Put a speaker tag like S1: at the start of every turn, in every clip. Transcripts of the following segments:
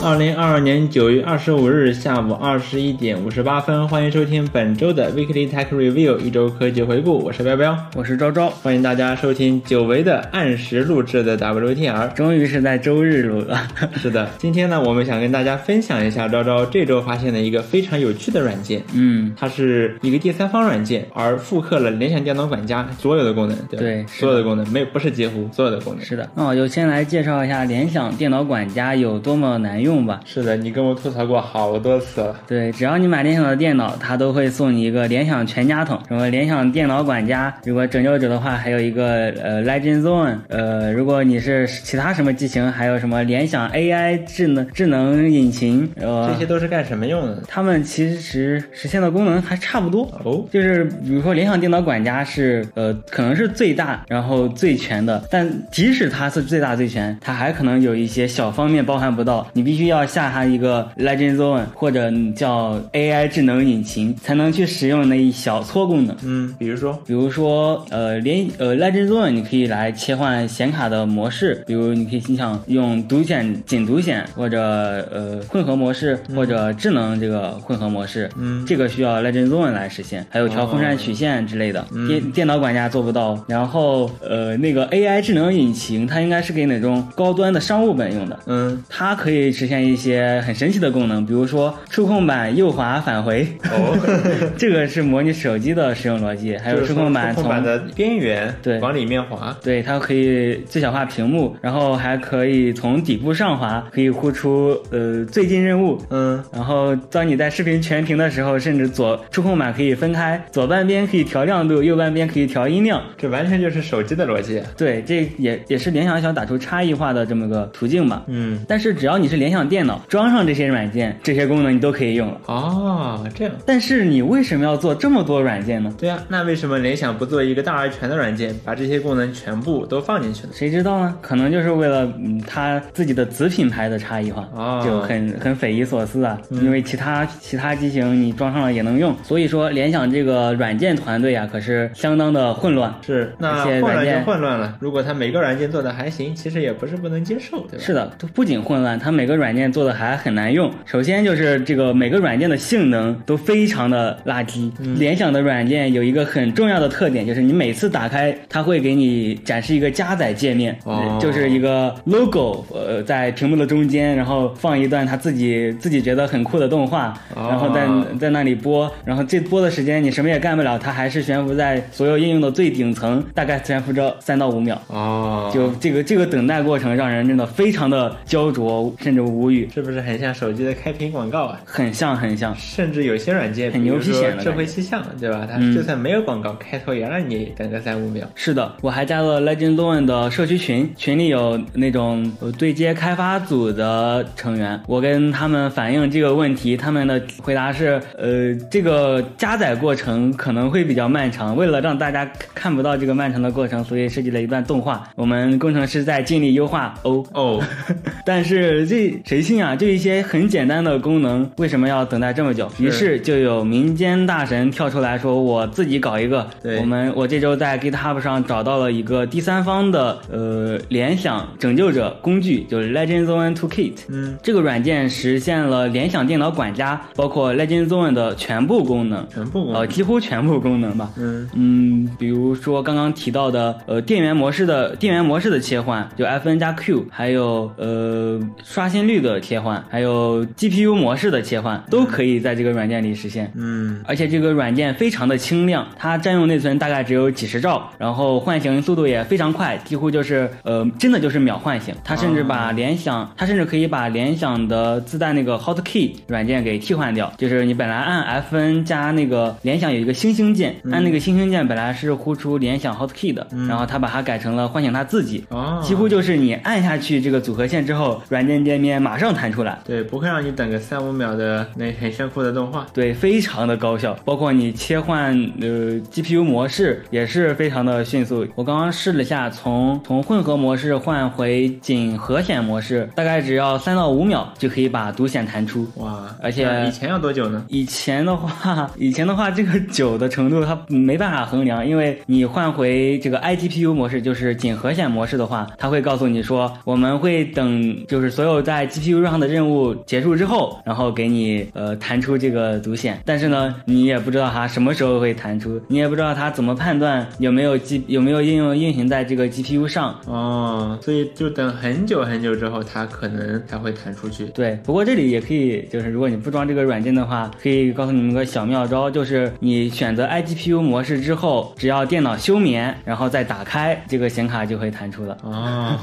S1: 二零二二年九月二十五日下午二十一点五十八分，欢迎收听本周的 Weekly Tech Review 一周科技回顾，我是彪彪，
S2: 我是昭昭，
S1: 欢迎大家收听久违的按时录制的 WTR。
S2: 终于是在周日录 了。
S1: 是的，今天呢，我们想跟大家分享一下昭昭这周发现的一个非常有趣的软件，
S2: 嗯，
S1: 它是一个第三方软件，而复刻了联想电脑管家所有的功能，对吧
S2: 对是的
S1: 所有的功能，没有不是几乎所有的功能。
S2: 是的，那我就先来介绍一下联想电脑管家有多么难用吧。
S1: 是的，你跟我吐槽过好多次了。
S2: 对，只要你买联想的电脑，它都会送你一个联想全家桶，什么联想电脑管家，如果拯救者的话，还有一个呃 Legend Zone，呃，如果你是其他什么机型，还有什么联想 AI 智能智能引擎，呃
S1: 这，些都是干什么用的？
S2: 它们其实实现的功能还差不多。
S1: 哦，
S2: 就是比如说联想电脑管家是呃可能是最大然后最全的，但即使它是最大最全，它还可能有一些小方面包含不到，你必须要下它一个 Legend Zone 或者你叫 AI 智能引擎才能去使用那一小撮功能。
S1: 嗯，比如说，
S2: 比如说，呃，联呃 Legend Zone 你可以来切换显卡的模式，比如你可以你想用独显、仅独显或者呃混合模式或者智能这个混合模式，
S1: 嗯
S2: 这个需要 Legend Zone 来实现，还有调风扇曲线之类的，电电脑管家做不到。然后呃，那个 AI 智能引擎它应该是给哪种高端的商务本用的？
S1: 嗯，
S2: 它可以实现一些很神奇的功能，比如说触控板右滑返回，
S1: 哦，
S2: 这个是模拟手机的使用逻辑， 还有
S1: 就是
S2: 触控板
S1: 触
S2: 从
S1: 控板的边缘
S2: 对
S1: 往里面滑。
S2: 对，它可以最小化屏幕，然后还可以从底部上滑，可以呼出呃最近任务。
S1: 嗯，
S2: 然后当你在视频全屏的时候，甚至左触控板可以分开，左半边可以调亮度，右半边可以调音量。
S1: 这完全就是手机的逻辑。
S2: 对，这也也是联想想打出差异化的这么个途径吧。
S1: 嗯，
S2: 但是只要你是联想电脑，装上这些软件，这些功能你都可以用了。
S1: 哦，这样。
S2: 但是你为什么要做这么多软件呢？
S1: 对啊，那为什么联想不做一个大而全的软件，把这些功能全部都放进去呢？
S2: 谁知道呢？可能就是为了嗯他自己的子品牌的差异化，
S1: 哦
S2: 就很很匪夷所思啊。因为其他其他机型你装上了也能用，所以说联想这个软件团队啊，可是相当的混乱。
S1: 是，那
S2: 而
S1: 混
S2: 且软
S1: 乱
S2: 件
S1: 就混乱了。如果它每个软件做的还行，其实也不是不能接受，对吧？
S2: 是的，不仅混乱，它每个软件做的还很难用。首先就是这个每个软件的性能都非常的垃圾。
S1: 嗯
S2: 联想的软件有一个很重要的特点，就是你每次打开，它会给你展示一个加载界面，
S1: 哦
S2: 就是一个 logo，呃，在屏幕的中间，然后放一段他自己自己觉得很酷的动画，
S1: 哦
S2: 然后在在那里播，然后这播的时间你什么也干不了，它还是悬浮在所有应用的最顶层，大概悬浮着三到五秒。
S1: 哦，
S2: 就这个这个等待过程，让人真的非常的焦灼，甚至无语，
S1: 是不是很像手机的开屏广告啊？
S2: 很像很像。
S1: 甚至有些软件，
S2: 很
S1: 比如
S2: 牛皮
S1: 说
S2: 癣的
S1: 智
S2: 感
S1: 慧
S2: 觉
S1: 气象，对吧？它
S2: 嗯
S1: 就算没有广告，开头也让你等个三五秒。
S2: 是的，我还加了 Legend Loan 的社区群，群里有那种呃对接开发组的成员，我跟他们反映这个问题，他们的回答是，呃，这个加载过程可能会比较漫长，为了让大家看不到这个漫长的过程，所以设计了一段动画，我们工程师在尽力优化哦。
S1: 哦，
S2: 但是这谁信啊？就一些很简单的功能，为什么要等待这么久？于是就有民间大神跳出来说：“我自己搞一个。”
S1: 对
S2: 我们我这周在 GitHub 上找到了一个第三方的呃联想拯救者工具，就是 Legend Zone Toolkit。
S1: 嗯，
S2: 这个软件实现了联想电脑管家，包括 Legend Zone 的全部功能，
S1: 全部功
S2: 呃，
S1: 能。
S2: 几乎全部功能吧。
S1: 嗯，
S2: 嗯，比如说刚刚提到的，呃，电源模式的电源模式的切换，就 Fn 加 Q，还有呃刷新率的切换，还有 GPU 模式的切换，都可以在这个软件里实现。
S1: 嗯，
S2: 而且这个软件非常的轻量，它占用内存大概只有几十兆，然后唤醒速度也非常快，几乎就是呃，真的就是秒唤醒。它甚至把联想，它甚至可以把联想的自带那个 Hotkey 软件给替换掉，就是你本来按 Fn 加那个联想有一个星星键，按那个星星键本来是呼出联想 Hotkey 的，然后它把它改成了唤醒它自己，
S1: 哦，
S2: 几乎就是你按下去这个组合键之后，软件界面马上弹出来。
S1: 对，不会让你等个三五秒的那很炫酷的动画。
S2: 对，非常的高效，包括你切换呃 GPU 模式也是非常的迅速。我刚刚试了下，从从混合模式换回仅核显模式，大概只要三到五秒就可以把独显弹出。
S1: 哇，
S2: 而且
S1: 那以前要多久呢？
S2: 以前的话，以前的话，这个久的程度它没办法衡量，因为你换回这个 iGPU 模式，就是仅核显模式的话，它会告诉你说，我们会等，就是所有在 CPU 上的任务结束之后，然后给你呃弹出这个独显，但是呢，你也不知道它什么时候会弹出，你也不知道它怎么判断有没有 G 有没有应用运行在这个 GPU 上。
S1: 哦，所以就等很久很久之后，它可能才会弹出去。
S2: 对，不过这里也可以，就是如果你不装这个软件的话，可以告诉你们个小妙招，就是你选择 iGPU 模式之后，只要电脑休眠，然后再打开这个显卡就会弹出 了。
S1: 哦，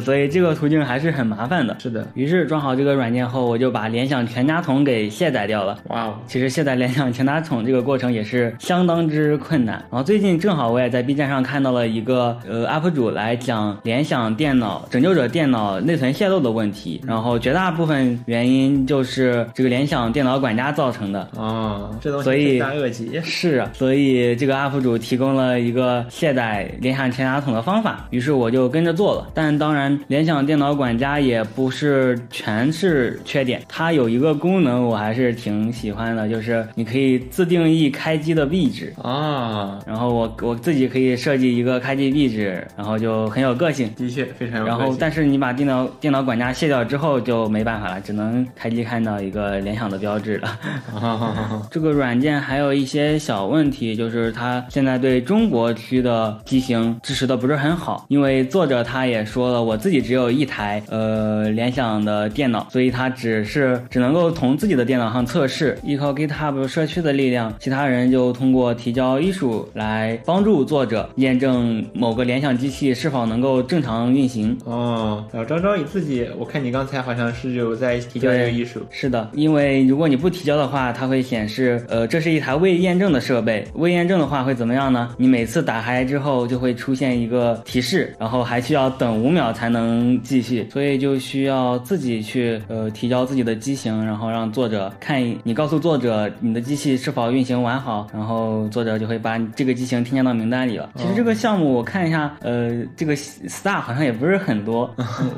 S2: 所以这个途径还是很麻烦的。
S1: 是的，
S2: 于是装好这个软件后，我就把联想全家桶给卸载掉了。
S1: 哇哦，
S2: 其实卸载联想全家桶这个过程也是相当之困难。然后最近正好我也在 B 站上看到了一个呃 UP 主来讲联想电脑拯救者电脑内存泄漏的问题，然后绝大部分原因就是这个联想电脑管家造成的。
S1: 哦，这东西
S2: 所以
S1: 罪大恶极。
S2: 是啊，所以这个 UP 主提供了一个卸载联想全家桶的方法，于是我就跟着做了。但当然，联想电脑管家也不是全是缺点，它有一个功能我还是挺喜欢的，就是你可以自定义开机的位置。
S1: 哦，
S2: 然后我我自己可以设计一个开机位置，然后就很有个性。
S1: 的确非常有
S2: 然后
S1: 个，性
S2: 但是你把电脑电脑管家卸掉之后就没办法了，只能开机看到一个联想的标志了。
S1: 哦
S2: 这个软件还有一些小问题，就是它现在对中国区的机型支持的不是很好。因为作者他也说了，我自己只有一台呃联想的电脑，所以它只是只能够从自己的电脑上测试。依靠 GitHub 社区的力量，其他人就通过提交 issue 来帮助作者验证某个联想机器是否能够正常运行。
S1: 哦，老张张你自己，我看你刚才好像是有在提交这个艺术。
S2: 是的，因为如果你不提交的话，它会显示，呃，这是一台未验证的设备。未验证的话会怎么样呢？你每次打开之后就会出现一个提示，然后还需要等五秒才能继续，所以就需要自己去呃提交自己的机型，然后让作者看一，你告诉作者你的机器是否运行完好，然后作者就会把你这个机型添加到名单里了。其实这个项目我看一下，呃，这个 star 好像也不是很多，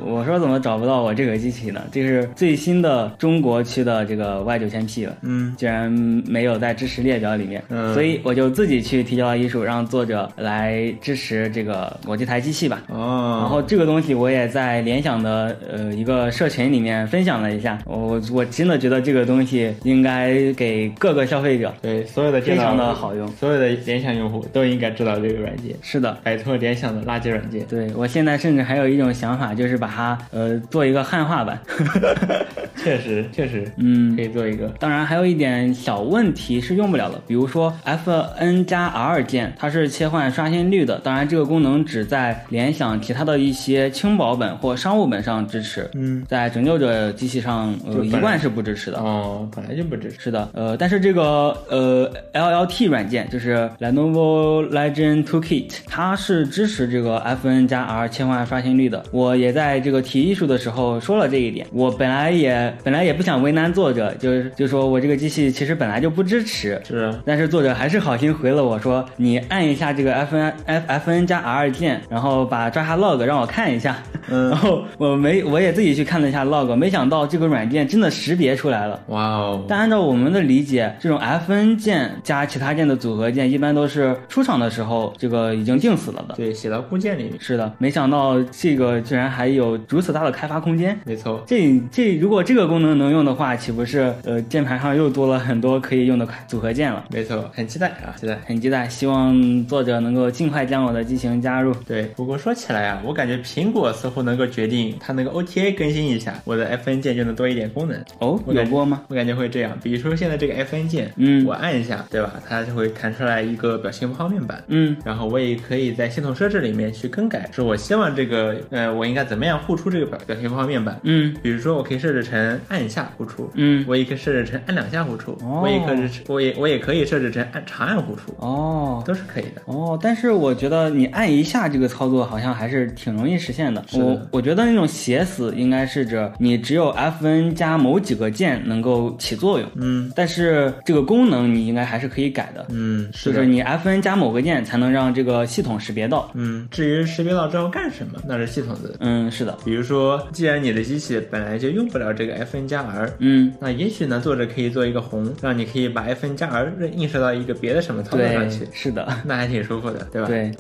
S2: 我我说怎么找不到我这个机器呢？这是最新的中国区的这个 Y 9 0 0 P 了。
S1: 嗯，
S2: 居然没有在支持列表里面，
S1: 嗯
S2: 所以我就自己去提交了艺术，让作者来支持这个我这台机器吧。
S1: 哦，
S2: 然后这个东西我也在联想的呃一个社群里面分享了一下，我我我真的觉得这个东西应该给各个消费者。
S1: 对所有的电脑
S2: 非常的好用
S1: 所有的联想用户都应该知道这个软件，
S2: 是的，
S1: 摆脱联想的垃圾软 件。
S2: 对我现在甚至还有一种想法，就是把它呃做一个汉化版。
S1: 确实，确实，
S2: 嗯
S1: 可以做一个。
S2: 当然还有一点小问题是用不了的，比如说 Fn 加 R 键，它是切换刷新率的。当然，这个功能只在联想其他的一些轻薄本或商务本上支持，
S1: 嗯，
S2: 在拯救者机器上，
S1: 就
S2: 呃，
S1: 本
S2: 一
S1: 来
S2: 贯是不支持的。
S1: 哦，本来就不支持。
S2: 是的，呃，但是这个呃 LLT 软件就是 Lenovo Legion Toolkit，它是支持这个 FN 加 R 切换刷新率的。我也在这个提艺术的时候说了这一点。我本来也本来也不想为难作者，就是就说我这个机器其实本来就不支持。
S1: 是啊，
S2: 但是作者还是好心回了我说，你按一下这个 F N F F N 加 R 键，然后把抓下 log 让我看一下。
S1: 嗯
S2: 然后我没我也自己去看了一下 log，没想到这个软件真的识别出来了。
S1: 哇哦，
S2: 但按照我们的理解，这种 Fn 键加其他键的组合键，一般都是出厂的时候这个已经定死了的。
S1: 对，写到固件里面，
S2: 是的，没想到这个居然还有如此大的开发空间。
S1: 没错。
S2: 这这如果这个功能能用的话，岂不是呃键盘上又多了很多可以用的组合键了？
S1: 没错，很期待啊，期待。
S2: 很期待，希望作者能够尽快将我的机型加入。
S1: 对，不过说起来啊，我感觉苹果似乎能够决定它那个 OTA 更新一下，我的 FN 键就能多一点功能。
S2: 哦，
S1: 我
S2: 有
S1: 感觉
S2: 过吗？
S1: 我感觉会这样，比如说现在这个 FN 键，
S2: 嗯
S1: 我按一下，对吧？它就会弹出来一个表情符号面板。
S2: 嗯，
S1: 然后我也可以在系统设置里面去更改，说我希望这个，呃，我应该怎么样呼出这个表表情符号面板。
S2: 嗯
S1: 比如说，我可以设置成按一下呼出，
S2: 嗯，
S1: 我也可以设置成按两下呼出，
S2: 哦
S1: 我也可以，我也我也可以设置成按长按呼出，
S2: 哦，
S1: 都是可以的。
S2: 哦，但是我觉得你按一下这个操作好像还是挺容易实现的。
S1: 是的
S2: 我我觉得那种写死应该是指你只有 Fn 加某几个键能够起作用，
S1: 嗯
S2: 但是这个功能你应该还是可以改的，
S1: 嗯，是
S2: 就
S1: 的
S2: 是。你 Fn 加某个键才能让这个系统识别到。
S1: 嗯，至于识别到之后干什么，那是系统的。
S2: 嗯，是的，
S1: 比如说，既然你的机器本来就用不了这个 FN 加 R，
S2: 嗯。
S1: 那也许呢，作者可以做一个红，让你可以把 FN 加 R 映射到一个别的什么操作
S2: 对
S1: 上去，，
S2: 是的，
S1: 那还挺舒服的，对吧？。
S2: 对。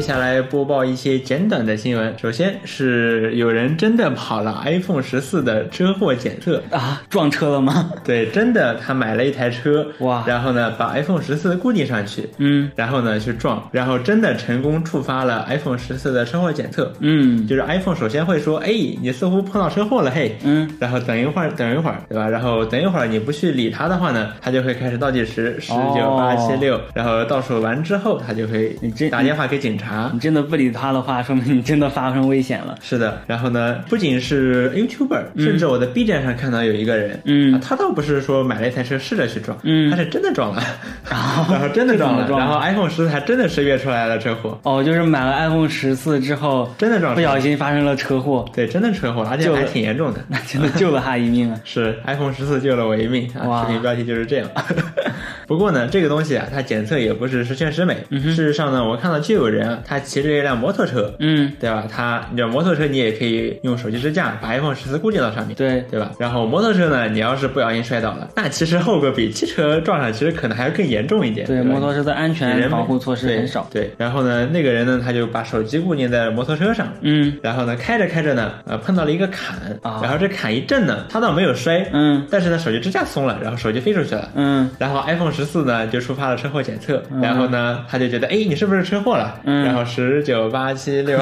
S1: 下来播报一些简短的新闻。首先是有人真的跑了 iPhone 十四的车祸检测，
S2: 啊，撞车了吗？
S1: 对，真的他买了一台车，
S2: 哇
S1: 然后呢把 iPhone 十四固定上去，
S2: 嗯
S1: 然后呢去撞，然后真的成功触发了 iPhone 十四的车祸检测。
S2: 嗯
S1: 就是 iPhone 首先会说，哎，你似乎碰到车祸了，嘿，
S2: 嗯，
S1: 然后等一会儿，等一会儿，对吧？然后等一会儿你不去理它的话呢，它就会开始倒计时，十九八七
S2: 哦
S1: 六，然后倒数完之后，它就会
S2: 你这
S1: 打电话给警察
S2: 你。真的不理他的话，说明你真的发生危险了。
S1: 是的，然后呢，不仅是 YouTuber，、甚至我在 B 站上看到有一个人，
S2: 嗯
S1: 啊他倒不是说买了一台车试着去撞，
S2: 嗯
S1: 他
S2: 啊
S1: 是真的撞了， 然后真的撞
S2: 这怎么
S1: 了，
S2: 撞
S1: 然后 iPhone 十还真的识别出来了车祸，
S2: 哦，就是买了 iPhone 十四之后，
S1: 真的撞
S2: 不
S1: 车，
S2: 小心发生了车祸，
S1: 对，真的车祸，而且
S2: 救了
S1: 还挺严重的。
S2: 那 真的救了他一命啊！
S1: 是 iPhone 十四救了我一命啊！
S2: 哇
S1: 视频标题就是这样。 不过呢，这个东西啊，它检测也不是十全十美。事实上呢，我看到就有人啊，他骑着一辆摩托车，
S2: 嗯，
S1: 对吧？他，你知道摩托车你也可以用手机支架把 iPhone 十四固定到上面，
S2: 对，
S1: 对吧？然后摩托车呢，你要是不小心摔倒了，那其实后果比汽车撞上其实可能还要更严重一点。
S2: 对，
S1: 对吧，
S2: 摩托车的安全
S1: 人
S2: 防护措施很少。
S1: 对。对，然后呢，那个人呢，他就把手机固定在摩托车上，
S2: 嗯
S1: 然后呢，开着开着呢，呃，碰到了一个坎，
S2: 啊
S1: 然后这坎一震呢，他倒没有摔，
S2: 嗯
S1: 但是呢，手机支架松了，然后手机飞出去了。
S2: 嗯
S1: 然后 iPhone 十四呢就触发了车祸检测，然后呢他就觉得，哎，你是不是车祸了？
S2: 嗯
S1: 然后十九八七 六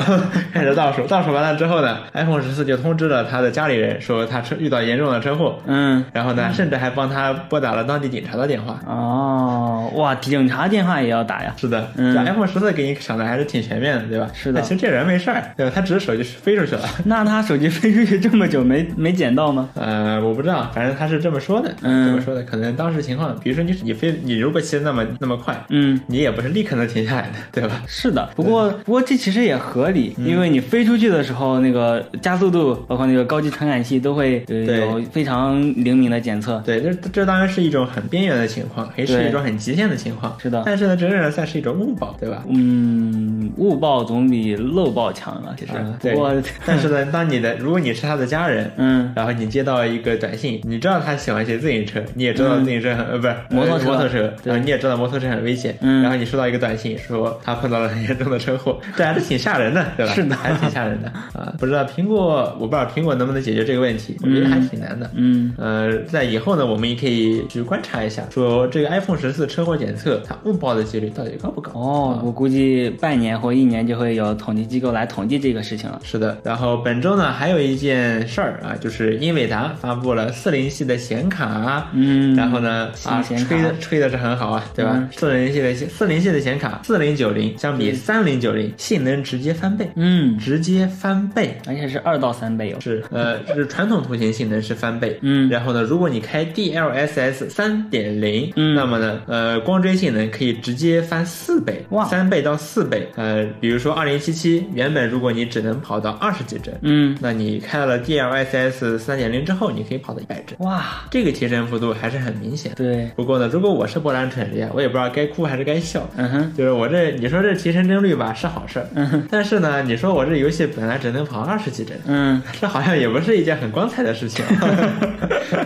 S1: 开始倒数，倒数完了之后呢，iPhone 十四就通知了他的家里人，说他车遇到严重的车祸，
S2: 嗯，
S1: 然后呢，甚至还帮他拨打了当地警察的电话。
S2: 哦，哇，警察电话也要打呀！
S1: 是的，
S2: 嗯
S1: 这 iPhone 十四给你想的还是挺全面的，对吧？
S2: 是的
S1: 但其实这人没事儿，对吧？他只是手机飞出去了。
S2: 那他手机飞出去这么久没没捡到吗？
S1: 呃，我不知道，反正他是这么说的，
S2: 嗯
S1: 这么说的。可能当时情况，比如说你你飞，你如果骑得那么那么快，
S2: 嗯，
S1: 你也不是立刻能停下来的，对吧？
S2: 是的，不过不过这其实也合理，
S1: 嗯
S2: 因为你飞出去的时候，那个加速度，包括那个高级传感器都会呃
S1: 对
S2: 有非常灵敏的检测。
S1: 对，这这当然是一种很边缘的情况，也是
S2: 对
S1: 一种很极限的情况。
S2: 是的
S1: 但是呢，这仍然算是一种误报，对吧？
S2: 嗯，误报总比漏报强了，其实。
S1: 啊
S2: 不
S1: 对
S2: 过，
S1: 但是呢，当你的如果你是他的家人，
S2: 嗯，
S1: 然后你接到一个短信，你知道他喜欢骑自行车，你也知道自行车很、呃不是
S2: 嗯摩托车
S1: 呃摩托车，
S2: 对
S1: 然后你也知道摩托车很危险，
S2: 嗯
S1: 然后你收到一个短信说他碰到了很严重的车祸，这还是挺吓人的，对吧？
S2: 是的
S1: 还是挺吓 人的啊！不知道苹果，我不知道苹果能不能解决这个问题，我觉得还挺难的。
S2: 嗯，
S1: 呃，在以后呢，我们也可以去观察一下，说这个 iPhone 十四车祸检测它误报的几率到底高不高？
S2: 哦，我估计半年或一年就会有统计机构来统计这个事情了。
S1: 是的，然后本周呢还有一件事儿啊，就是英伟达发布了四零系的显卡，
S2: 嗯
S1: 然后呢
S2: 新
S1: 啊
S2: 显卡嗯
S1: 吹的吹的是很好啊，对吧？四零系的四零系的显卡，四零九零相比三零九零性能直接翻倍，
S2: 嗯，
S1: 直接翻倍。
S2: 而且是二到三倍哦。
S1: 是， 呃，就是传统图形性能是翻倍，
S2: 嗯
S1: 然后呢，如果你开 DLSS 三点零，
S2: 嗯
S1: 那么呢，呃，光追性能可以直接翻四倍，
S2: 哇
S1: 三倍到四倍，呃，比如说二零七七，原本如果你只能跑到二十几帧，
S2: 嗯，
S1: 那你开了 DLSS 三点零之后，你可以跑到一百帧，
S2: 哇，
S1: 这个提升幅度还是很明显。
S2: 对，
S1: 不过呢，如果我是波兰蠢驴啊，我也不知道该哭还是该笑。
S2: 嗯哼，
S1: 就是我这，你说这提升帧率吧是好事儿，但是呢，你说我这游戏本来只能跑二十几帧，
S2: 嗯，
S1: 这好像也不是一件很光彩的事情，啊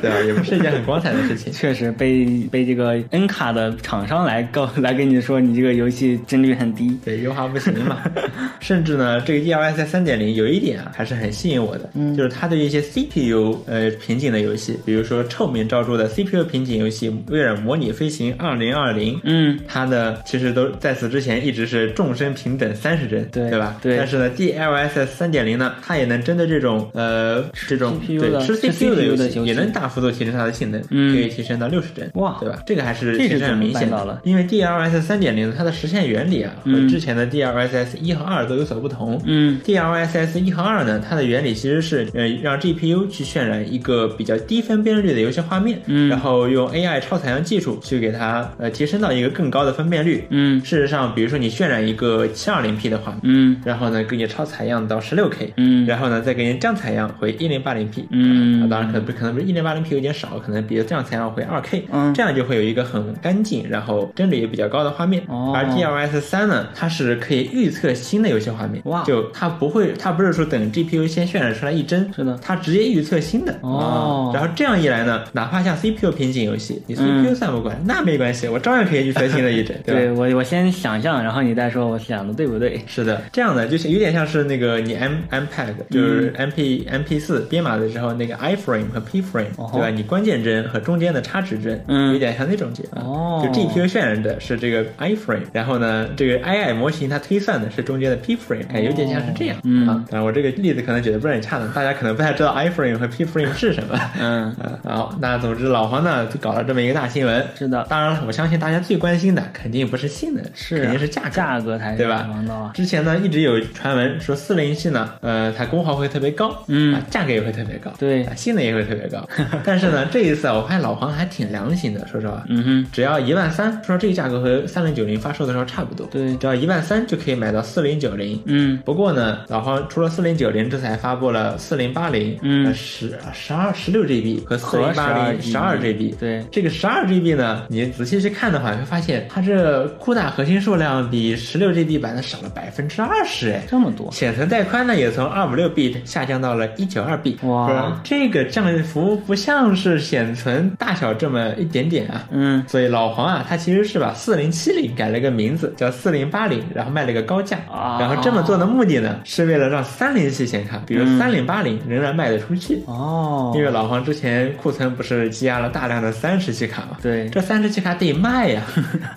S1: 对啊吧？也不是一件很光彩的事情。
S2: 确实被被这个 N 卡的厂商来告 来跟你说你这个游戏帧率很低。
S1: 对，优化不行嘛。 甚至呢，这个 E DLSS 三点零有一点啊，还是很吸引我的，就是它对一些 CPU 呃瓶颈的游戏，比如说臭名昭著的 CPU 瓶颈游戏《微软模拟飞行二零二零》。
S2: 嗯，
S1: 它的其实都在此之前一直是众生平等三十帧，
S2: 对
S1: 吧？
S2: 对
S1: 但是呢，DLSS 三点零呢，它也能针对这种呃这种
S2: CPU
S1: 对
S2: 的
S1: 吃
S2: 吃
S1: CPU 的
S2: CPU 的
S1: 戏，
S2: 游戏
S1: 也能大幅度提升它的性能，
S2: 嗯
S1: 可以提升到六十帧，
S2: 哇
S1: 对吧？这个还是
S2: 这
S1: 提
S2: 是
S1: 升
S2: 怎
S1: 很
S2: 么
S1: 明显
S2: 办到
S1: 的
S2: 的
S1: 因为 DLSS 三点零它的实现原理啊，和
S2: 嗯
S1: 之前的 DLSS 一和二都有所不同。
S2: 嗯
S1: DLSS 一和二呢，它的原理其实是呃让 GPU 去渲染一个比较低分辨率的游戏画面，
S2: 嗯
S1: 然后用 AI 超采样技术去给它呃提升到一个更高的分辨率。
S2: 嗯
S1: 事实上，比如说你渲染一个 720P 的画面，
S2: 嗯
S1: 然后呢给你超采样到 16K，
S2: 嗯
S1: 然后呢再给你降采样回 1080P，啊，
S2: 嗯，
S1: 当然可能不可能不是一零八零 P 有点少，可能比这样才要回二 K，
S2: 嗯
S1: 这样就会有一个很干净，然后帧率也比较高的画面。
S2: 哦
S1: 而 DLSS 三呢，它是可以预测新的游戏画面，
S2: 哇
S1: 就它不会，它不是说等 GPU 先渲染出来一帧，
S2: 是的
S1: 它直接预测新的
S2: 哦
S1: 啊
S2: 嗯
S1: 然后这样一来呢，哪怕像 CPU 瓶颈游戏，你 CPU 算不过关，那没关系，我照样可以预测新的一 帧，对吧？
S2: 对我我先想象，然后你再说我想的对不对。
S1: 是的，这样的就是有点像是那个你 M M Pad
S2: 嗯
S1: 就是 M P、M P 四编码的时候那个 I frame 和 P frame
S2: 哦吼
S1: 对吧？你关键帧和中间的差值帧，
S2: 嗯
S1: 有点像那种结构。
S2: 哦
S1: 就 G P U 渲染的是这个 I frame，然后呢，这个 I I 模型它推算的是中间的 P frame，哎，有点像是这样。
S2: 嗯
S1: 啊，当然我这个例子可能举得不是很恰当，大家可能不太知道 I frame 和 P frame 是什么。
S2: 嗯，
S1: 嗯，好，那总之老黄呢就搞了这么一个大新闻。 呃
S2: 是的，
S1: 当然了，我相信大家最关心的肯定不是性能，
S2: 是啊
S1: 肯定是价格。
S2: 价格才是
S1: 对吧
S2: 王道啊。
S1: 之前呢，一直有传闻说四零系呢，呃，它功耗会特别高，
S2: 嗯
S1: 啊，价格也会特别高，
S2: 对
S1: 啊，性能也会特别 高。但是呢，这一次啊，我发现老黄还挺良心的，说实话，
S2: 嗯哼，
S1: 只要一万三，说这个价格和三零九零发售的时候差不多，
S2: 对
S1: 只要一万三就可以买到四零九零。
S2: 嗯
S1: 不过呢，老黄除了四零九零，这才发布了四零八零，呃
S2: 嗯
S1: 十十二十六 GB 和四零八零十二
S2: 和
S1: GB，
S2: 对
S1: 这个十二 GB 呢，你仔细去看的话，会发现它这酷大核心数量比十六 GB 版的少了百分之二十，哎，
S2: 这么多，
S1: 显存带宽呢也从二五六 bit 下降到了一九二 bit，
S2: 哇
S1: 不是这个降幅不像是显存大小这么一点点啊。
S2: 嗯
S1: 所以老黄啊，他其实是把四零七零改了个名字，叫四零八零，然后卖了个高价。
S2: 啊
S1: 然后这么做的目的呢，是为了让三零系显卡，比如
S2: 嗯
S1: 三零八零仍然卖得出去。
S2: 哦
S1: 因为老黄之前库存不是积压了大量的三十系卡嘛，
S2: 对
S1: 这三十系卡得卖 呀，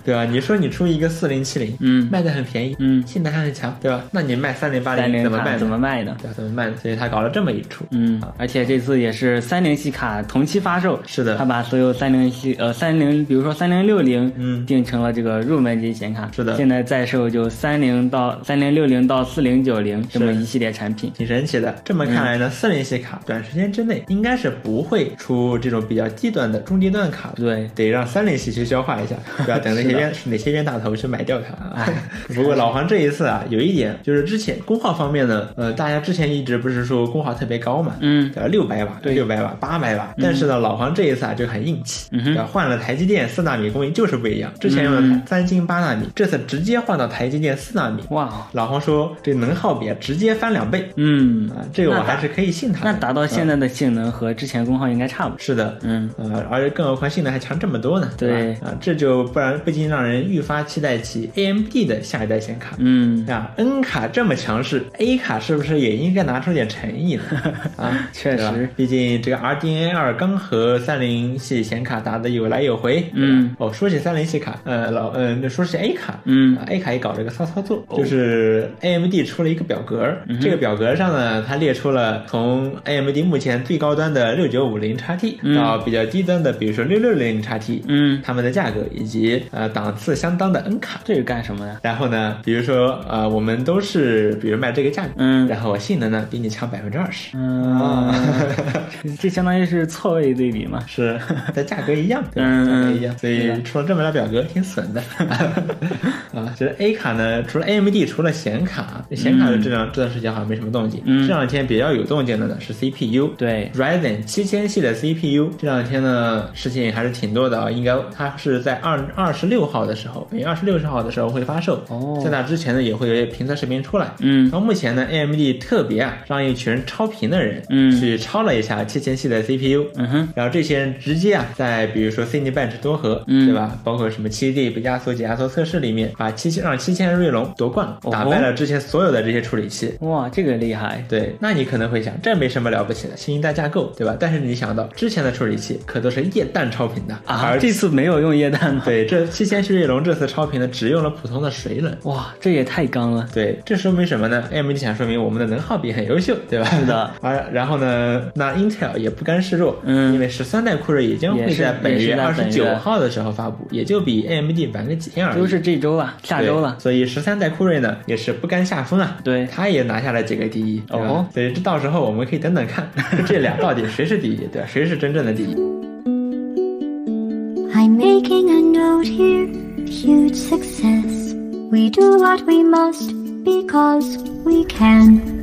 S1: 对吧？你说你出一个四零七零，
S2: 嗯
S1: 卖的很便宜，
S2: 嗯
S1: 性能还很强，对吧？那你卖三零八
S2: 三
S1: 零
S2: 零
S1: 怎么卖
S2: 卡
S1: 呢？
S2: 怎么卖呢？
S1: 对吧？怎么卖呢？所以他搞了这么一出，
S2: 嗯，而且这次也是三零系卡同期发售，
S1: 是的
S2: 他把所有三零系呃三零，比如说三零六零，
S1: 嗯
S2: 定成了这个入门级显卡，
S1: 是的
S2: 现在在售就三零到三零六零到四零九零这么一系列产品，
S1: 挺神奇的。这么看来
S2: 嗯
S1: 呢，四零系卡短时间之内应该是不会出这种比较低端的中低端卡的。
S2: 对，
S1: 得让三菱系去消化一 下，不要等那些冤哪些冤大头去买掉它
S2: 哎
S1: 啊。 不过老黄这一次啊，有一点就是之前功耗方面呢，呃，大家之前一直不是说功耗特别高嘛，
S2: 嗯
S1: 对吧？六百瓦、
S2: 对嗯
S1: 六百瓦、八百瓦，但是呢，老黄这一次啊就很硬气，
S2: 嗯哼
S1: 对吧？换了台积电四纳米工艺就是不一样，之前用的
S2: 嗯
S1: 三星八纳米，这次直接换到台积电四纳米。
S2: 哇，哦
S1: 老黄说这能耗比啊直接翻两倍
S2: 嗯，
S1: 啊，这个我
S2: 那达
S1: 还是可以信他的。
S2: 那达到现在的性能和之前功耗应该差不多，
S1: 是的，
S2: 嗯，
S1: 呃，而且更何况性能还强这么多呢，
S2: 对
S1: 吧？啊、这就不然不禁让人愈发期待起 AMD 的下一代显卡。
S2: 嗯，
S1: 啊，N 卡这么强势，A 卡是不是也应该拿出点诚 意呢？啊，
S2: 确
S1: 对吧
S2: 实，
S1: 毕竟这个 RDNA 二刚和三零系显卡打得有来有回。对吧
S2: 嗯，
S1: 哦，说起三零系卡，呃，老，呃，那说起 A 卡，
S2: 嗯
S1: 啊，A 卡也搞了一个骚操作，就是 AMD 出了一个表格儿，
S2: 嗯
S1: 这个表格上呢，它列出了从 AMD 目前最高端的六九五零 XT 到比较低端的，比如说六六零 XT，
S2: 嗯，
S1: 它们的价格以及呃档次相当的 N 卡。
S2: 这是干什么的？
S1: 然后呢，比如说，呃，我们都是，比如卖这个价格，
S2: 嗯
S1: 然后我性能呢比你强百分之二十，
S2: 嗯，
S1: 啊
S2: 这相当于是错位对比嘛，
S1: 是， 但价格一样，对吧
S2: 嗯
S1: 价格
S2: 嗯
S1: 一样，所
S2: 对
S1: 以
S2: 的
S1: 出了这么张表格挺损 的，啊，其实 A 卡呢，除了 AMD，除了显卡，显卡的这两这段时间好像没什么动静，
S2: 嗯
S1: 这两天比较有动静的呢是 CPU，
S2: 对
S1: Ryzen 七千系的 CPU，这两天呢事情还是挺多的啊，应该它是在二二十六号的时候，每二十六号的时候会发售，
S2: 哦
S1: 在那之前呢也会有评测视频出来，
S2: 嗯
S1: 然后目前呢，AMD 特别啊让一群超频的人，
S2: 嗯
S1: 去抄了一下七千系的 CPU，
S2: 嗯哼，
S1: 然后这些人直接啊在比如说 Cinebench 多核，
S2: 嗯
S1: 对吧？包括什么七 D 压缩解压缩测试里面，把七千让七千锐龙夺冠了，
S2: 哦吼
S1: 打败了之前所有的这些处理器。
S2: 哇，这个厉害，
S1: 对，那你可能会想，这没什么了不起的，新一代架构，对吧？但是你想到之前的处理器可都是液氮超频的
S2: 啊，
S1: 而
S2: 这次没有用液氮吗？
S1: 对这七千系锐龙这次超频的只用了普通的水冷，
S2: 哇，这也太刚了。
S1: 对，这说明什么呢？AMD 想说明我们的能耗比很优秀，对吧？
S2: 是的
S1: 啊，然后呢，那 Intel 也不甘示弱，
S2: 嗯
S1: 因为十三代酷睿已经
S2: 也
S1: 会
S2: 是
S1: 在本
S2: 也是
S1: 月
S2: 在
S1: 二十
S2: 本
S1: 九
S2: 月
S1: 号的时候发布，也就比 AMD 晚个几天而已。
S2: 就是这周了，下周了
S1: 对。所以十三代酷睿呢也是不甘下风啊，
S2: 对
S1: 他也拿下了几个第一，对吧
S2: 哦
S1: 所以这到时候我们可以等等看， 这俩到底谁是第一，对吧？谁是真正的第一？
S3: I'm making a note here. Huge success. We do what we must because we can.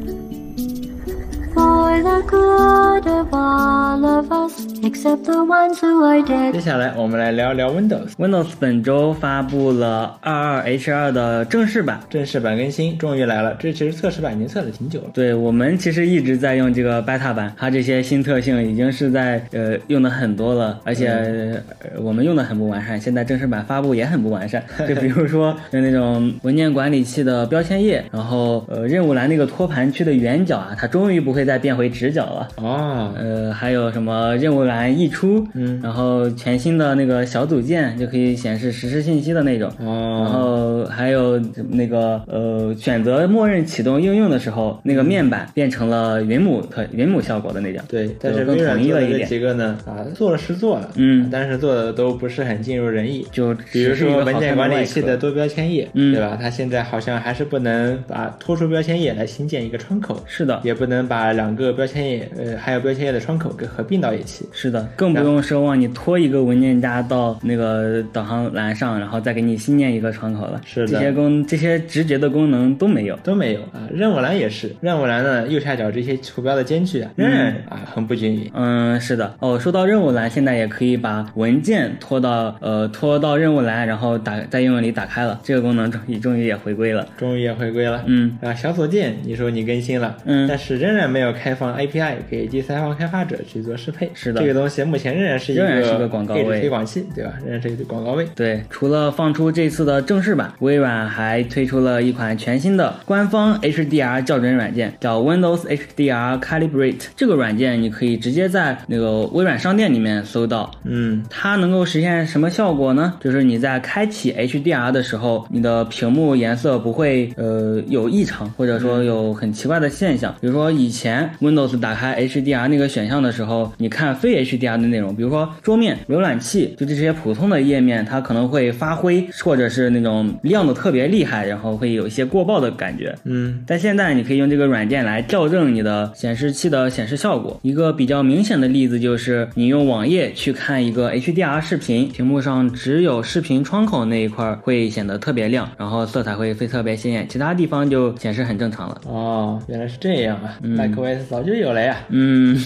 S3: For the good of all of us except the ones who are dead.
S1: 接下来我们来聊聊 Windows
S2: Windows 本周发布了 22H2 的正式版。
S1: 正式版更新，终于来了。这其实测试版已经测了挺久了。
S2: 对我们其实一直在用这个 beta 版，它这些新特性已经是在呃用的很多了，而且、呃我们用的很不完善。现在正式版发布也很不完善，就比如说像那种文件管理器的标签页，然后呃任务栏那个托盘区的圆角啊，它终于不会再变回直角了。
S1: 哦，
S2: 呃，还有什么任务栏溢出，
S1: 嗯
S2: 然后全新的那个小组件就可以显示实时信息的那种，然
S1: 哦，
S2: 后还有那个呃，选择默认启动应用的时候，那个面板变成了云母特云母效果的那种。
S1: 对，但是
S2: 更
S1: 微软
S2: 统一
S1: 做
S2: 了
S1: 的
S2: 一
S1: 这
S2: 点，
S1: 几个呢，啊，做了是做了，啊
S2: 嗯
S1: 但是做的都不是很尽如人意。
S2: 就
S1: 比如
S2: 只是一个
S1: 说
S2: 好
S1: 文件
S2: 看的
S1: 管
S2: 外
S1: 理器
S2: 壳
S1: 的多标签页，
S2: 嗯
S1: 对吧？它现在好像还是不能把突出标签页来新建一个窗口，
S2: 是的，
S1: 也不能把两个标签页，呃，还有标签页的窗口给合并到一起。
S2: 是的，更不用奢望你拖一个文件夹到那个导航栏上，然后再给你新建一个窗口了。
S1: 是的
S2: 这些功这些直觉的功能都没有。
S1: 都没有啊，任务栏也是，任务栏呢右下角这些图标的间距啊，仍然、啊很不均匀。
S2: 嗯，是的。哦，说到任务栏，现在也可以把文件拖到呃拖到任务栏，然后打在应用里打开了。这个功能终于终于也回归了。
S1: 终于也回归了，
S2: 嗯
S1: 啊，小组件你说你更新了，
S2: 嗯
S1: 但是仍然没有开放 API 给第三方开发者去做适配，
S2: 是的
S1: 这个东西目前仍然是一个
S2: 仍然是个广告位
S1: 配置推广器，对吧？仍然是一个广告位，
S2: 对，除了放出这次的正式版，微软还推出了一款全新的官方 HDR 校准软件，叫 Windows HDR Calibrate。这个软件你可以直接在那个微软商店里面搜到。
S1: 嗯，
S2: 它能够实现什么效果呢？就是你在开启 HDR 的时候，你的屏幕颜色不会呃有异常，或者说有很奇怪的现象。比如说以前 Windows 打开 HDR 那个选项的时候，你看非 HDR 的内容，比如说桌面、浏览器，就这些普通的页面，它可能会发灰，或者是那种亮的特别厉害，然后会有一些过曝的感觉。
S1: 嗯，
S2: 但现在你可以用这个软件来校正你的显示器的显示效果。一个比较明显的例子就是，你用网页去看一个 HDR 视频，屏幕上只有视频窗口那一块儿会显得特别亮，然后色彩会非特别鲜艳，其他地方就显示很正常了。
S1: 哦，原来是这样啊、m a c OS 早就有了呀。
S2: 嗯，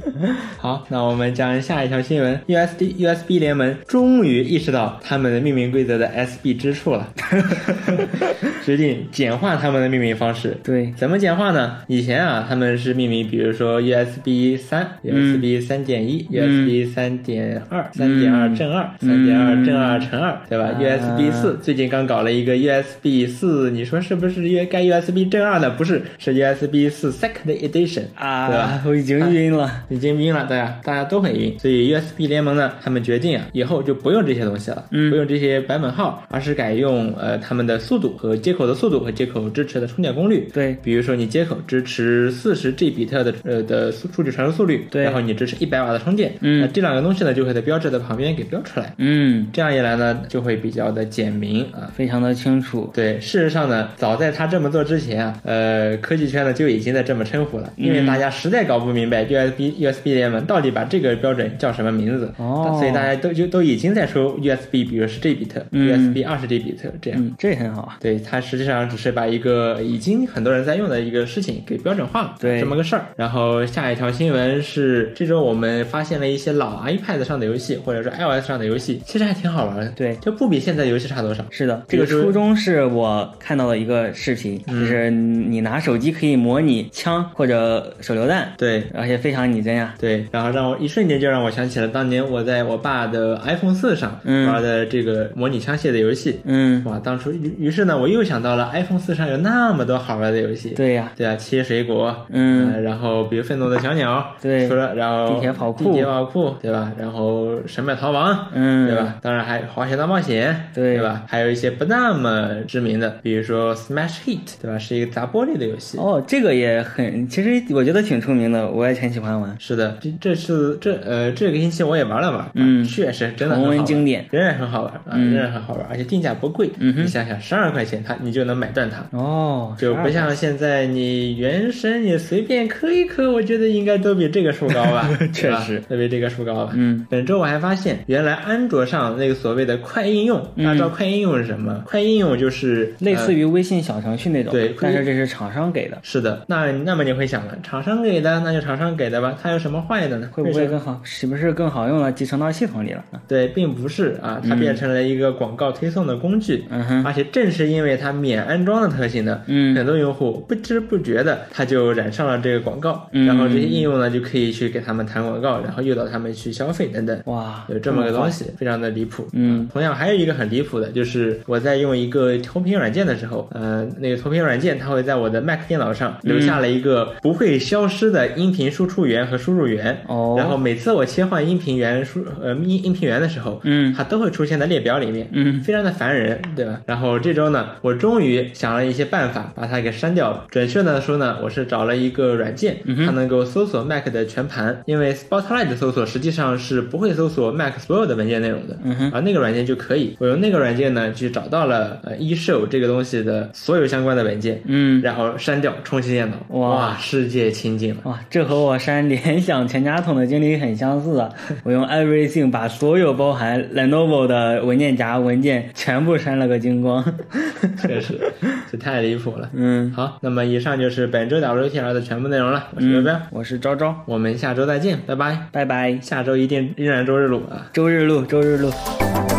S1: 好，那我们讲下一条新闻，USD USB 联盟终于意识到他们的命名规则的 SB 之处 了，决定简化他们的命名方式。
S2: 对，
S1: 怎么简化呢？以前啊，他们是命名，比如说 USB 三、USB
S2: 嗯
S1: 三点一、USB 三点二、三点二正二、
S2: 嗯
S1: 三点二正二乘二，对吧、
S2: 啊
S1: u s b 四最近刚搞了一个 USB 四，你说是不是约该 USB 正二呢？不是，是 USB 四 Second Edition 对吧？
S2: 啊，我已经晕了。
S1: 已经晕了，大家大家都很晕，所以 USB 联盟呢，他们决定啊，以后就不用这些东西了，
S2: 嗯
S1: 不用这些版本号，而是改用呃他们的速度和接口的速度和接口支持的充电功率。
S2: 对
S1: 比如说你接口支持四十 G 比特的呃的速数据传输速率，
S2: 对
S1: 然后你支持一百瓦的充电，
S2: 嗯
S1: 那这两个东西呢就会在标志的旁边给标出来，
S2: 嗯，
S1: 这样一来呢就会比较的简明啊。
S2: 非常的清楚。
S1: 对，事实上呢，早在他这么做之前啊，呃，科技圈呢就已经在这么称呼了，
S2: 嗯
S1: 因为大家实在搞不明白 USB USB 联盟到底把这个标准叫什么名字，
S2: 哦
S1: 所以大家都就都已经在说 USB，比如十 G 比特、
S2: 嗯
S1: USB 二十 G 比特这样。
S2: 嗯，这很好啊。
S1: 对，它实际上只是把一个已经很多人在用的一个事情给标准化了，
S2: 对
S1: 这么个事儿。然后下一条新闻是，这周我们发现了一些老 iPad 上的游戏，或者说 iOS 上的游戏，其实还挺好玩的，
S2: 对
S1: 就不比现在游戏差多少。
S2: 是的，
S1: 这个
S2: 这个
S1: 是嗯
S2: 初衷是我看到了一个视频，就是你拿手机可以模拟枪或者手榴弹，
S1: 对，
S2: 而且非常拟真呀、
S1: 对，然后让我一瞬间就让我想起了当年我在我爸的 iPhone 四上
S2: 嗯
S1: 玩的这个模拟枪械的游戏。
S2: 嗯，
S1: 哇，当初于于是呢，我又想到了 iPhone 四上有那么多好玩的游戏。
S2: 对呀、
S1: 对啊，切水果，
S2: 嗯
S1: 呃然后比如愤怒的小鸟，
S2: 对
S1: 除了然后
S2: 地铁跑酷
S1: 地铁跑酷，对吧？然后神庙逃亡，
S2: 嗯
S1: 对吧？当然还有滑雪大冒险，
S2: 对
S1: 吧？还有一些不那么知名的，比如说 Smash Hit，对吧？是一个砸玻璃的游戏。
S2: 哦，这个也很，其实我觉得挺出名的，我也很喜欢玩。
S1: 是的，这这次这呃这个星期我也玩了玩，
S2: 嗯
S1: 确实真的
S2: 重
S1: 很好玩
S2: 温经典嗯
S1: 仍然很好玩啊，仍然很好玩，而且定价不贵，你想想十二块钱它你就能买断它。
S2: 哦，
S1: 就
S2: 12
S1: 不像现在，你原神你随便磕一磕，我觉得应该都比这个数高吧，
S2: 确
S1: 对吧
S2: 实
S1: 都比这个数高吧。
S2: 嗯，
S1: 本周我还发现，原来安卓上那个所谓的快应用，大家知道快应用是什么？快应用就是
S2: 嗯类似
S1: 于。
S2: 于微信小程序那种，
S1: 呃对
S2: 但是这是厂商给的，
S1: 是的，那那么你会想了，厂商给的那就厂商给的吧，它有什么坏的呢？
S2: 会不会更好？是不是更好用了？集成到系统里了？
S1: 对，并不是啊，它变成了一个广告推送的工具，
S2: 嗯哼
S1: 而且正是因为它免安装的特性呢，
S2: 嗯
S1: 很多用户不知不觉的他就染上了这个广告，
S2: 嗯
S1: 然后这些应用呢就可以去给他们弹广告，然后诱导他们去消费等等。
S2: 哇，
S1: 有这么个
S2: 好
S1: 东西，非常的离谱。啊
S2: 嗯，
S1: 同样还有一个很离谱的，就是我在用一个投屏软件的时候，呃，那个投屏软件它会在我的 Mac 电脑上留
S2: 嗯
S1: 下了一个不会消失的音频输出源和输入源。
S2: 哦
S1: 然后每次我切换音频源输呃音音频源的时候，
S2: 嗯
S1: 它都会出现在列表里面，
S2: 嗯
S1: 非常的烦人，对吧？然后这周呢，我终于想了一些办法把它给删掉了。准确的说呢，我是找了一个软件，
S2: 嗯
S1: 它能够搜索 Mac 的全盘，因为 Spotlight 的搜索实际上是不会搜索 Mac 所有的文件内容的，
S2: 嗯哼
S1: 啊，那个软件就可以。我用那个软件呢，去找到了呃 eShow 这个东西的所有相关的文件，
S2: 嗯，
S1: 然后删掉，重启电脑，
S2: 哇
S1: 哇，世界清净了。
S2: 哇，这和我删联想全家桶的经历很相似啊！我用 Everything 把所有包含 Lenovo 的文件夹文件全部删了个精光。
S1: 确实，这太离谱了。
S2: 嗯，
S1: 好，那么以上就是本周 WTR 的全部内容了。我是刘彪，
S2: 我是昭昭，
S1: 我们下周再见，拜拜。
S2: 拜拜，
S1: 下周一定依然周日录啊。
S2: 周日录，周日录。
S3: Thank